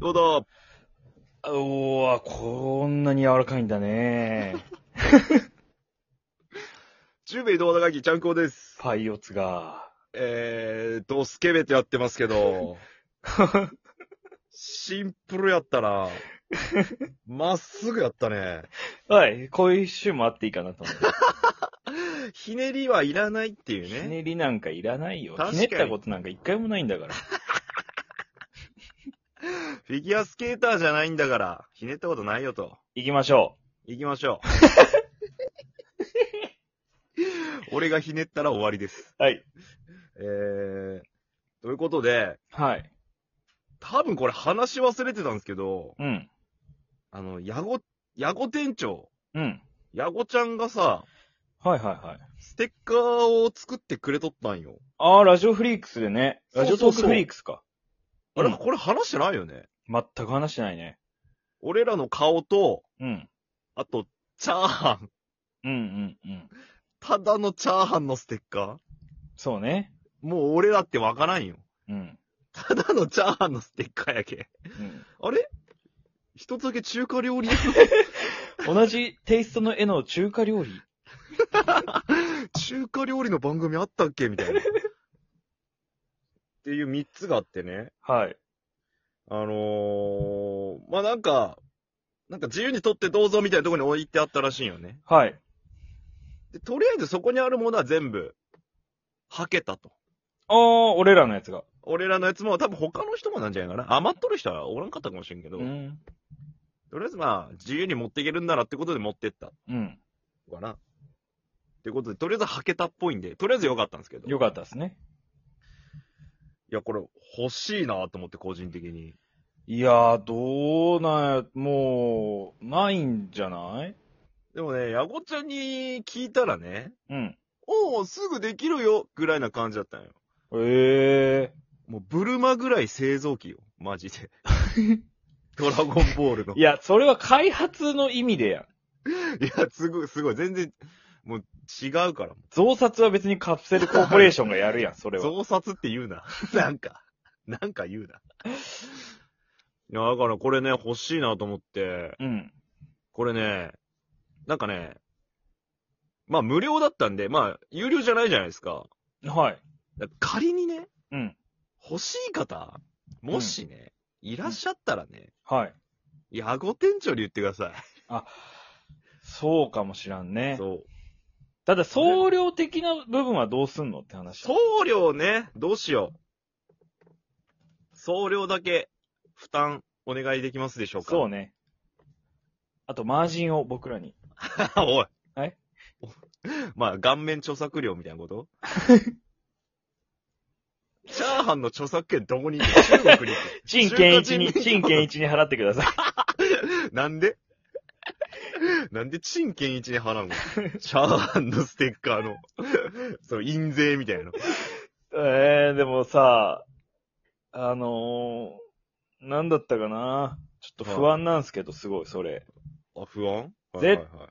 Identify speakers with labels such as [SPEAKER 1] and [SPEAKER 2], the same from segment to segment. [SPEAKER 1] どうだ
[SPEAKER 2] おわ、こんなに柔らかいんだ ね。
[SPEAKER 1] 十兵衛動画会議、ちゃんこです。
[SPEAKER 2] パイオツが。
[SPEAKER 1] えーと、スケベってやってますけど、シンプルやったな。まっすぐやったね。
[SPEAKER 2] はい、こういう週もあっていいかなと思って。
[SPEAKER 1] ひねりはいらないって いう
[SPEAKER 2] ひ
[SPEAKER 1] ね。
[SPEAKER 2] ねりなんかいらないよ
[SPEAKER 1] 確。か
[SPEAKER 2] ひ
[SPEAKER 1] に
[SPEAKER 2] ねったことなんか一回もないんだから。
[SPEAKER 1] フィギュアスケーターじゃないんだから、ひねったことないよと。
[SPEAKER 2] 行きましょ
[SPEAKER 1] 行きましょう。俺がひねったら終わりです。
[SPEAKER 2] う。はい。
[SPEAKER 1] えー、ということで、
[SPEAKER 2] はい。
[SPEAKER 1] 多分これ話し忘れてたんですけど、
[SPEAKER 2] うん。
[SPEAKER 1] あの、ヤゴ、ヤゴ店長、
[SPEAKER 2] うん。
[SPEAKER 1] ヤゴちゃんがさ、
[SPEAKER 2] はいはいはい。
[SPEAKER 1] ステッカーを作ってくれとったんよ。
[SPEAKER 2] あー、ラジオフリークスでね。ラジオトークフリークスか。
[SPEAKER 1] あれ、
[SPEAKER 2] うん
[SPEAKER 1] これ話してないよね。
[SPEAKER 2] 全く話してないね。
[SPEAKER 1] 俺らの顔と、
[SPEAKER 2] うん。
[SPEAKER 1] あと、チャーハン。
[SPEAKER 2] うんうんうん。
[SPEAKER 1] ただのチャーハンのステッカー
[SPEAKER 2] そうね。
[SPEAKER 1] もう俺だってわからんよ。
[SPEAKER 2] うん。
[SPEAKER 1] ただのチャーハンのステッカーやけ。
[SPEAKER 2] うん、
[SPEAKER 1] あれ一つだけ中華料理 屋
[SPEAKER 2] 同じテイストの絵の中華料理。
[SPEAKER 1] 中華料理の番組あったっけみたいな。っていう三つがあってね。
[SPEAKER 2] はい。
[SPEAKER 1] あのー、まあ、なんか、なんか自由に取ってどうぞみたいなところに置いてあったらしいよね。
[SPEAKER 2] はい。
[SPEAKER 1] で、とりあえずそこにあるものは全部、はけたと。
[SPEAKER 2] あー、俺らのやつが。
[SPEAKER 1] 俺らのやつも多分他の人もなんじゃないかな。余っとる人はおらんかったかもしれんけど、
[SPEAKER 2] うん。
[SPEAKER 1] とりあえずまあ、自由に持っていけるんならってことで持ってった
[SPEAKER 2] うん。
[SPEAKER 1] のかな。ってことで、とりあえずはけたっぽいんで、とりあえずよかったんですけど。
[SPEAKER 2] よかったですね。
[SPEAKER 1] いや、これ欲しいなと思って、個人的に。
[SPEAKER 2] いやー、どうなんや、もう、ないんじゃない
[SPEAKER 1] でもね、ヤゴちゃんに聞いたらね、
[SPEAKER 2] うん。
[SPEAKER 1] おお、すぐできるよぐらいな感じだったんよ。
[SPEAKER 2] ええ
[SPEAKER 1] もう、ブルマぐらい製造機よ。マジ で。ドラゴンボールの
[SPEAKER 2] い。や、それは開発の意味でやん。
[SPEAKER 1] いや、すごい、すごい。全然、もう違うから。
[SPEAKER 2] 増刷は別にカプセルコーポレーションがやるや ん、それは。
[SPEAKER 1] 増刷って言うな。 なんか、なんか言うな。いや、だからこれね、欲しいなと思って、
[SPEAKER 2] うん。
[SPEAKER 1] これね、なんかね、まあ無料だったんで、まあ有料じゃないじゃないですか。
[SPEAKER 2] はい。
[SPEAKER 1] だから仮にね、
[SPEAKER 2] うん。
[SPEAKER 1] 欲しい方、もしね、いらっしゃったらね、
[SPEAKER 2] はい。
[SPEAKER 1] ヤゴ店長に言ってくださ
[SPEAKER 2] そうかもしらん
[SPEAKER 1] い。
[SPEAKER 2] ね。
[SPEAKER 1] そう。
[SPEAKER 2] ただ、総量的な部分はどうすんのって話。
[SPEAKER 1] 送料ね、どうしよう。送料だけ負担お願いできますでしょうか
[SPEAKER 2] そうね。あと、マージンを僕らに。
[SPEAKER 1] おい。
[SPEAKER 2] はい
[SPEAKER 1] お まあ、顔面著作料みたいなこと チャーハンの著作権どこに行く中 国に行
[SPEAKER 2] 陳健一に、陳健一に払ってください。
[SPEAKER 1] く。なんでなんで陳建一に払うのチャーハンのステッカ ーの、その印税みたいなの。
[SPEAKER 2] ええでもさ、あのー、なんだったかな。ちょっと不安なんすけど、すごい、それ。
[SPEAKER 1] あ、不安はいはい
[SPEAKER 2] 絶
[SPEAKER 1] はい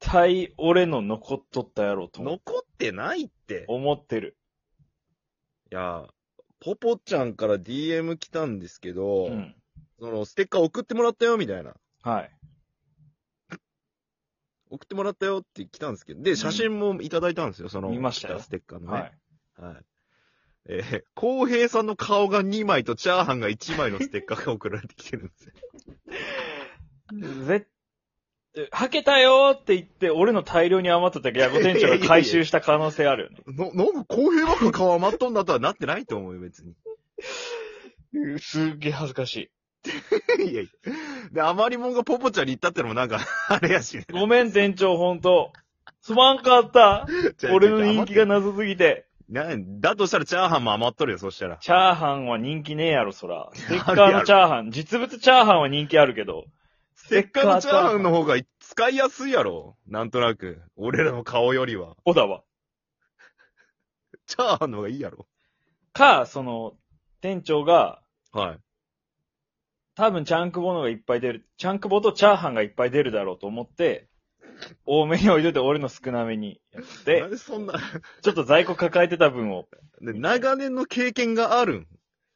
[SPEAKER 2] 対、俺の残っとったやろと思
[SPEAKER 1] 残ってないって。
[SPEAKER 2] 思ってる。
[SPEAKER 1] いや、ポポちゃんから DM 来たんですけど、
[SPEAKER 2] うん。
[SPEAKER 1] そのステッカー送ってもらったよみたいな。
[SPEAKER 2] はい。
[SPEAKER 1] 送ってもらったよって来たんですけど、で、写真もいただいたんですよ、その、
[SPEAKER 2] 見ましたよ
[SPEAKER 1] 来ステッカーのね。
[SPEAKER 2] は
[SPEAKER 1] はい
[SPEAKER 2] い。。
[SPEAKER 1] えー、浩平さんの顔が2枚とチャーハンが1枚のステッカーが送られてきてるんですよ。
[SPEAKER 2] ぜっ、はけたよーって言って、俺の大量に余っとったヤゴ店長が回収した可能性あるよね。
[SPEAKER 1] の、なんか浩平ばっか顔余っとんだとはなってないと思うよ、別に。
[SPEAKER 2] うんすっげえ恥ずかしい。
[SPEAKER 1] いやいや。で、あまりもんがポポちゃんに行ったってのもなんか、あれやしね。
[SPEAKER 2] ごめん、店長、ほんと。すまんかった。俺の人気が
[SPEAKER 1] な。
[SPEAKER 2] 謎すぎて。
[SPEAKER 1] なんだとしたらチャーハンも余っとるよ、そしたら。
[SPEAKER 2] チャーハンは人気ねえやろ、そら。ステッカ
[SPEAKER 1] あ
[SPEAKER 2] ー
[SPEAKER 1] るや
[SPEAKER 2] の
[SPEAKER 1] ろ
[SPEAKER 2] チャーハン、実物チャーハンは人気あるけど。
[SPEAKER 1] ステッカーのチャーハンの方が使いやすいやろ。なんとなく。俺らの顔よりは。
[SPEAKER 2] 小田は。
[SPEAKER 1] チャーハンの方がいいやろ。
[SPEAKER 2] か、その、店長が、
[SPEAKER 1] はい。
[SPEAKER 2] 多分チャンクボのがいっぱい出る、チャンクボとチャーハンがいっぱい出るだろうと思って、多めに置いといて俺の少なめにやっ
[SPEAKER 1] な
[SPEAKER 2] て
[SPEAKER 1] ん、でそんな、
[SPEAKER 2] ちょっと在庫抱えてた分を、
[SPEAKER 1] で長年の経験があるん。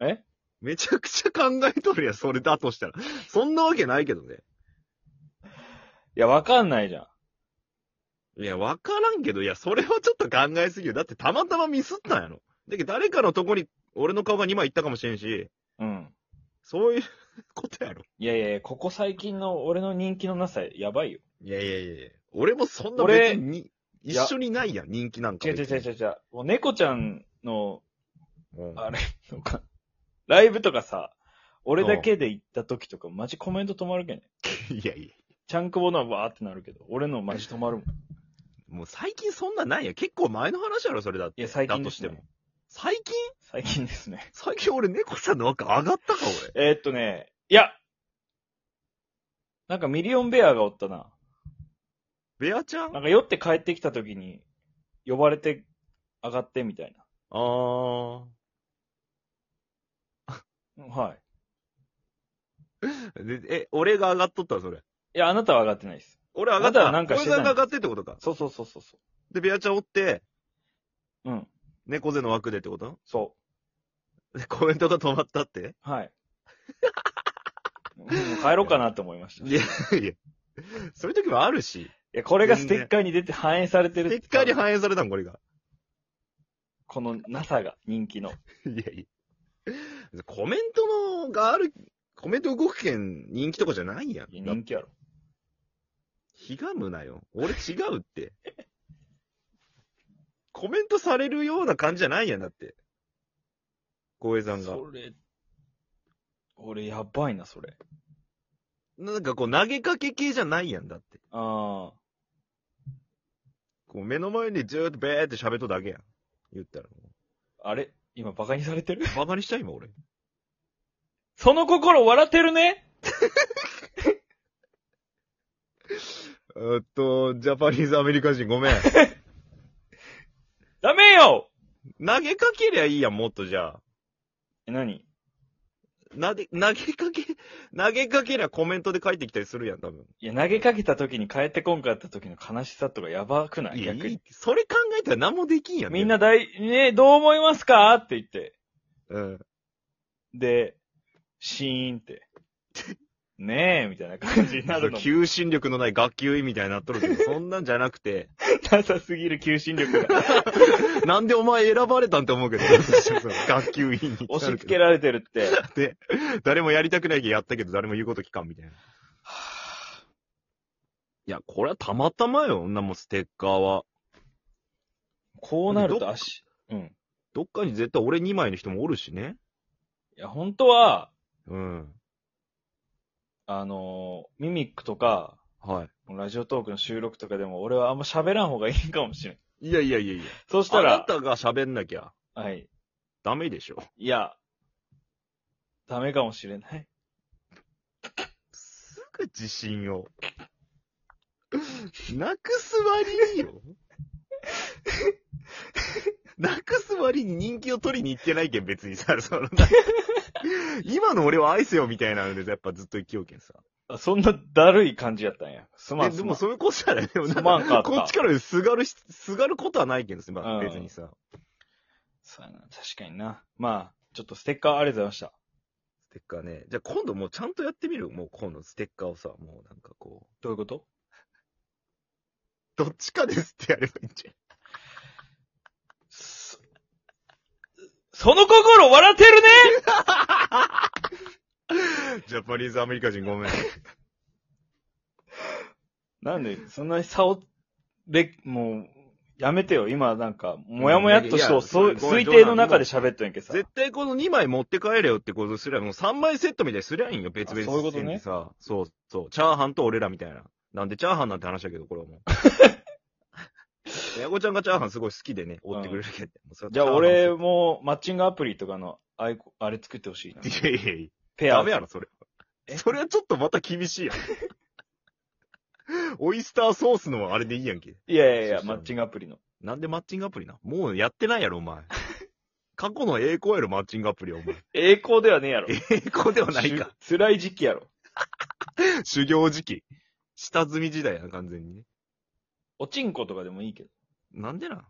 [SPEAKER 2] え
[SPEAKER 1] めちゃくちゃ考えとるやん、それだとしたら。そんなわけないけどね。
[SPEAKER 2] いや、わかんないじゃん。
[SPEAKER 1] いや、わからんけど、いや、それはちょっと考えすぎよ。だってたまたまミスったんやろ。だけど誰かのとこに俺の顔が2枚いったかもしれんし、
[SPEAKER 2] うん。
[SPEAKER 1] そういうことやろ。
[SPEAKER 2] いやいやいや、ここ最近の俺の人気のなさ、やばいよ。
[SPEAKER 1] いやいやいやいや俺もそんな
[SPEAKER 2] 俺
[SPEAKER 1] 別に、一緒にないやん、人気なんか。
[SPEAKER 2] 違う違う違う違う違う。もう猫ちゃんの、
[SPEAKER 1] うん。
[SPEAKER 2] あれとか、ライブとかさ、俺だけで行った時とか、マジコメント止まるけんね。
[SPEAKER 1] いやいや。
[SPEAKER 2] ちゃんくぼのはわーってなるけど、俺のマジ止まるもん。い
[SPEAKER 1] もう最近そんなないやん。結構前の話やろ、それだって。
[SPEAKER 2] や、最近
[SPEAKER 1] だ
[SPEAKER 2] で
[SPEAKER 1] とし
[SPEAKER 2] す
[SPEAKER 1] て
[SPEAKER 2] ね。
[SPEAKER 1] も。最近
[SPEAKER 2] 最近で すね。
[SPEAKER 1] 最近俺猫ちゃんの枠上がったか、俺。
[SPEAKER 2] えーっとね、いやなんかミリオンベアがおったな。
[SPEAKER 1] ベアちゃん
[SPEAKER 2] なんか酔って帰ってきた時に、呼ばれて上がってみたい
[SPEAKER 1] あー。
[SPEAKER 2] な。うんはい。
[SPEAKER 1] でえ、俺が上がっとったのそれ。
[SPEAKER 2] いや、あなたは上がってないです。
[SPEAKER 1] 俺上がった。
[SPEAKER 2] あなたはなんかしてた
[SPEAKER 1] 俺
[SPEAKER 2] ん
[SPEAKER 1] が上がってってことか。
[SPEAKER 2] そうそうそうそうそ
[SPEAKER 1] で、ベアちゃんおって、
[SPEAKER 2] う。うん。
[SPEAKER 1] 猫背の枠でってこと
[SPEAKER 2] そ
[SPEAKER 1] で、コメントが止まったって
[SPEAKER 2] う。 はい。もう帰ろうかなって思いました。
[SPEAKER 1] いや、いや。そういう時もあるし。
[SPEAKER 2] いや、これがステッカーに出て反映されてるって
[SPEAKER 1] 結果に反映されたん、これが。
[SPEAKER 2] このなさが人気の。
[SPEAKER 1] いやいや。コメントの、がある、コメント動くけん人気とかじゃないやん。
[SPEAKER 2] 人気やろ。
[SPEAKER 1] ひがむなよ。俺違う って。コメントされるような感じじゃないやん、だって。光栄さんが。
[SPEAKER 2] それ、俺やばいな、それ。
[SPEAKER 1] なんかこう投げかけ系じゃないやん、だって。
[SPEAKER 2] ああ。
[SPEAKER 1] こう目の前にずーっとべーって喋っとるだけやん。言ったら。
[SPEAKER 2] あれ今バカにされてる
[SPEAKER 1] バカにした今俺。
[SPEAKER 2] その心笑ってるね
[SPEAKER 1] えーっと、ジャパニーズアメリカ人ごめん。
[SPEAKER 2] ダメよ
[SPEAKER 1] 投げかけりゃいいやん、もっとじゃあ。
[SPEAKER 2] え、何
[SPEAKER 1] なで、投げかけ、投げかけりゃコメントで書いてきたりするやん、多分。
[SPEAKER 2] いや、投げかけた時に帰ってこんかった時の悲しさとかやばくない
[SPEAKER 1] いや、い
[SPEAKER 2] 逆に。
[SPEAKER 1] い。それ考えたら何もできんやん。
[SPEAKER 2] みんな大、ねどう思いますかって言って。
[SPEAKER 1] でも。うん。
[SPEAKER 2] で、シーン って。ねえ、みたいな感じになるの。
[SPEAKER 1] 求心力のない学級委員みたいになっとる けど、そんなんじゃなくて、
[SPEAKER 2] なさすぎる求 心力が。
[SPEAKER 1] なんでお前選ばれたんって思う けど、私はその学級委員に
[SPEAKER 2] 押し付け
[SPEAKER 1] け
[SPEAKER 2] られてるって。
[SPEAKER 1] て、誰もやりたくないけどやったけど、誰も言うこと聞かんみたいな。いや、これはたまたまよ、女もステッカーは。
[SPEAKER 2] こうなると足。うん。
[SPEAKER 1] どっかに絶対俺2枚の人もおるしね。
[SPEAKER 2] いや、本当は、
[SPEAKER 1] うん。
[SPEAKER 2] あのーミミックとか、
[SPEAKER 1] は
[SPEAKER 2] ラジオトークの収録とかでも、俺はあんま喋らん方がいいかもしれん。
[SPEAKER 1] い。いやいやいやいや。
[SPEAKER 2] そうし
[SPEAKER 1] した
[SPEAKER 2] た
[SPEAKER 1] ら。あな
[SPEAKER 2] ら、
[SPEAKER 1] たが喋んなきゃ
[SPEAKER 2] はい。
[SPEAKER 1] ダメでしょ。
[SPEAKER 2] いや、ダメかもしれない。
[SPEAKER 1] すぐ自信を。なくす割に よ。なくす割に人気を取りに行ってないけん、別にさ、その、今の俺を愛せよみたいなので、やっぱずっと生きようけんさ。
[SPEAKER 2] あそんなだるい感じやったんや。すま
[SPEAKER 1] え
[SPEAKER 2] ん、
[SPEAKER 1] ですも
[SPEAKER 2] まん。
[SPEAKER 1] そういうことじゃないでも
[SPEAKER 2] すまんかった
[SPEAKER 1] こっちからすがるし、すがることはないけんですね、まあ、
[SPEAKER 2] うん
[SPEAKER 1] 別にさ。
[SPEAKER 2] そうやな、確かにな。まあ、ちょっとステッカーありがとうございました。
[SPEAKER 1] ステッカーね。じゃあ今度もうちゃんとやってみるもう今度ステッカーをさ、もうなんかこう、
[SPEAKER 2] どういうこと
[SPEAKER 1] どっちかですってやればいいんじゃん。
[SPEAKER 2] そその心笑ってるね
[SPEAKER 1] ジャパニーズアメリカ人ごめん。
[SPEAKER 2] なんで、そんなに差を、で、もう、やめてよ。今なんか、もやもやっとし
[SPEAKER 1] いや
[SPEAKER 2] て、
[SPEAKER 1] いやそ
[SPEAKER 2] そう
[SPEAKER 1] れごめん
[SPEAKER 2] 推定の中で喋っとんやけどさ。
[SPEAKER 1] 絶対この2枚持って帰れよってことすりゃ、もう3枚セットみたいにすりゃいいんよ、別々
[SPEAKER 2] あそういうことね
[SPEAKER 1] にさ。そうそう。チャーハンと俺らみたいな。なんでチャーハンなんて話だけど、これは もう。やごちゃんがチャーハンすごい好きでね、追ってくれるけど。もうそれは
[SPEAKER 2] じゃあ俺もマッチングアプリとかのアイコあれ作ってほしいな。
[SPEAKER 1] チャーハンの。いやいやい
[SPEAKER 2] ペ
[SPEAKER 1] や、
[SPEAKER 2] ア。
[SPEAKER 1] ダメやろ、それ。それはちょっとまた厳しいやん。オイスターソースのあれでいいやんけ。
[SPEAKER 2] いやいやいや
[SPEAKER 1] そ、うそう
[SPEAKER 2] マッチングアプリの。
[SPEAKER 1] なんでマッチングアプリなもうやってないやろ、お 前。過去の栄光やろ、マッチングアプリは、お前。
[SPEAKER 2] 栄光ではねえやろ。
[SPEAKER 1] 栄光ではない か。
[SPEAKER 2] しゅ辛い時期やろ。
[SPEAKER 1] 修行時期。下積み時代やな、完全にね。
[SPEAKER 2] おちんことかでもいいけど。
[SPEAKER 1] なんで な。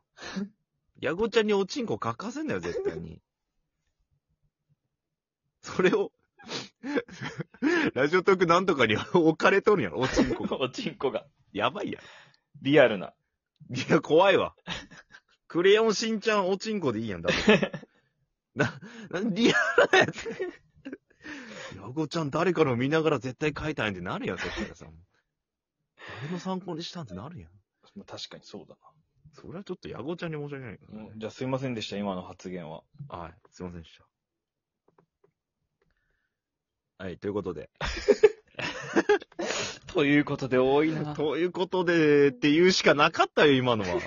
[SPEAKER 1] ヤゴちゃんにおちんこ欠かせんなよ、絶対に。そそれを、 ラジオトークなんとかに置かれとるんやろ、おちんこが。
[SPEAKER 2] おちんこが。
[SPEAKER 1] やばいや
[SPEAKER 2] リアルな。
[SPEAKER 1] ろ。いや、怖いわ。クレヨンしんちゃんおちんこでいいやん、だ って。な、な、リアルなやつ。ヤゴちゃん誰かの見ながら絶対書いたんやんってなるやん、そしたらさ。誰の参考にしたんってなるやん。
[SPEAKER 2] まあ確かにそうだ
[SPEAKER 1] それはちょっとヤゴちゃんに申し訳ないけど
[SPEAKER 2] な。
[SPEAKER 1] ね
[SPEAKER 2] うんじゃあすいませんでした、今の発言は。
[SPEAKER 1] はい、すいませんでした。はい、ということで。
[SPEAKER 2] ということで多いな。
[SPEAKER 1] ということで、って言うしかなかったよ、今の は。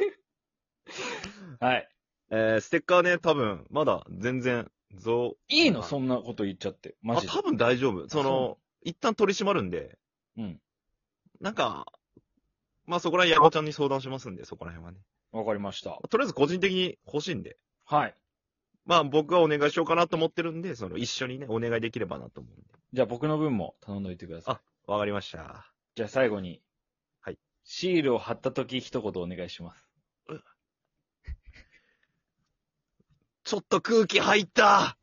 [SPEAKER 2] はい。
[SPEAKER 1] えー、ステッカーね、多分、まだ全然、増、
[SPEAKER 2] いいの
[SPEAKER 1] はい
[SPEAKER 2] そんなこと言っちゃって。マ
[SPEAKER 1] あ、
[SPEAKER 2] ジで。
[SPEAKER 1] 多分大丈夫。その、一旦取り締まるんで、
[SPEAKER 2] うん。
[SPEAKER 1] なんか、まあそこら辺ヤゴちゃんに相談しますんで、そこら辺はね。
[SPEAKER 2] わかりました。
[SPEAKER 1] とりあえず個人的に欲しいんで、
[SPEAKER 2] はい。
[SPEAKER 1] まあ僕はお願いしようかなと思ってるんで、その一緒にね、お願いできればなと思うんで。
[SPEAKER 2] じゃあ僕の分も頼んどいてください。
[SPEAKER 1] あわかりました。
[SPEAKER 2] じゃあ最後に。
[SPEAKER 1] はい。
[SPEAKER 2] シールを貼った時一言お願いします。
[SPEAKER 1] ちょっと空気入った